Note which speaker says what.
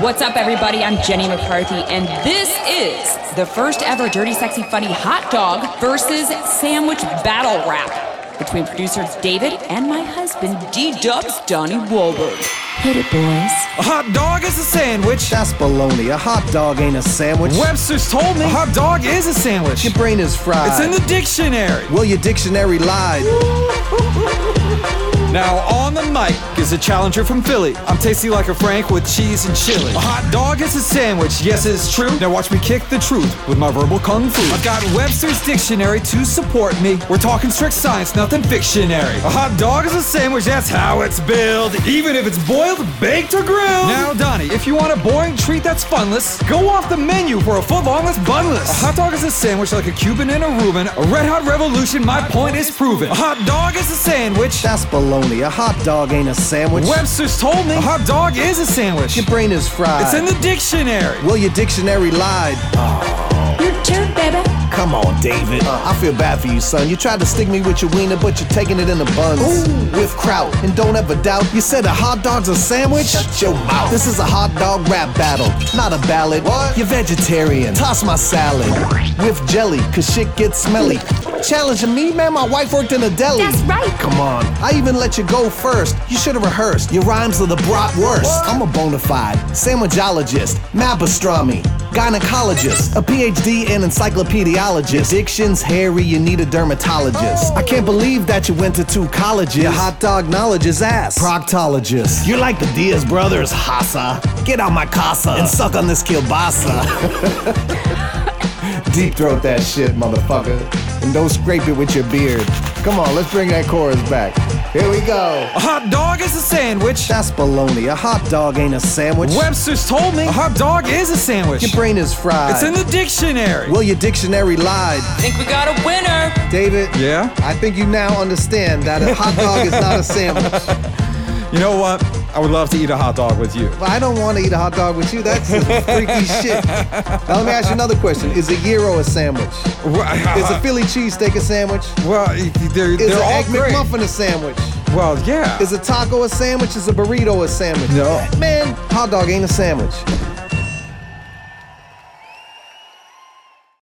Speaker 1: What's up, everybody? I'm Jenny McCarthy, and this is the first ever Dirty Sexy Funny hot dog versus sandwich battle rap between producers David and my husband, D Dubs Donnie Wahlberg. Hit it, boys.
Speaker 2: A hot dog is a sandwich.
Speaker 3: That's baloney. A hot dog ain't a sandwich.
Speaker 2: Webster's told me a hot dog is a sandwich.
Speaker 3: Your brain is fried.
Speaker 2: It's in the dictionary.
Speaker 3: Well, your dictionary lied.
Speaker 2: Now, on the mic is a challenger from Philly. I'm tasty like a Frank with cheese and chili. A hot dog is a sandwich, yes, it's true. Now, watch me kick the truth with my verbal kung fu. I've got Webster's dictionary to support me. We're talking strict science, nothing fictionary. A hot dog is a sandwich, that's how it's built, even if it's boiled, baked, or grilled. Now, Donnie, if you want a boring treat that's funless, go off the menu for a foot long that's bunless. A hot dog is a sandwich like a Cuban and a Reuben. A red hot revolution, my point is proven. A hot dog is a sandwich.
Speaker 3: That's baloney. A hot dog ain't a sandwich.
Speaker 2: Webster's told me a hot dog is a sandwich.
Speaker 3: your brain is fried.
Speaker 2: It's in the dictionary.
Speaker 3: Well, your dictionary lied.
Speaker 1: Your turn, baby.
Speaker 3: Come on, David. Uh, I feel bad for you, son. You tried to stick me with your wiener, but you're taking it in the buns. With kraut. And don't ever doubt, you said a hot dog's a sandwich? Shut your mouth. This is a hot dog rap battle, not a ballad. What? You're vegetarian. Toss my salad. With jelly, cause shit gets smelly. Challenging me, man? My wife worked in a deli.
Speaker 1: That's right.
Speaker 3: Come on. I even let you go first. You should have rehearsed. Your rhymes are the brat worst. I'm a bona fide sandwichologist, map astronomy, gynecologist, a PhD in encyclopediologist. Addiction's hairy, you need a dermatologist. I can't believe that you went to two colleges. Oh. Your hot dog knowledge is ass. Proctologist. You're like the Diaz brothers, Hassa. Get out my casa and suck on this kielbasa. Deep throat that shit, motherfucker. And don't scrape it with your beard. Come on, let's bring that chorus back. Here we go.
Speaker 2: A hot dog is a sandwich.
Speaker 3: That's baloney. A hot dog ain't a sandwich.
Speaker 2: Webster's told me a hot dog is a sandwich.
Speaker 3: Your brain is fried.
Speaker 2: It's in the dictionary.
Speaker 3: Well, your dictionary lied.
Speaker 1: I think we got a winner.
Speaker 3: David.
Speaker 2: Yeah?
Speaker 3: I think you now understand that a hot dog is not a sandwich.
Speaker 2: You know what? I would love to eat a hot dog with you.
Speaker 3: But I don't want to eat a hot dog with you. That's some freaky shit. Now let me ask you another question: Is a gyro a sandwich? Is a Philly cheesesteak a sandwich?
Speaker 2: well, they're,
Speaker 3: Is
Speaker 2: Uh-huh. they're
Speaker 3: an
Speaker 2: all
Speaker 3: egg
Speaker 2: great.
Speaker 3: McMuffin a sandwich?
Speaker 2: Well, yeah.
Speaker 3: Is a taco a sandwich? Is a burrito a sandwich?
Speaker 2: No.
Speaker 3: Man, hot dog ain't a sandwich.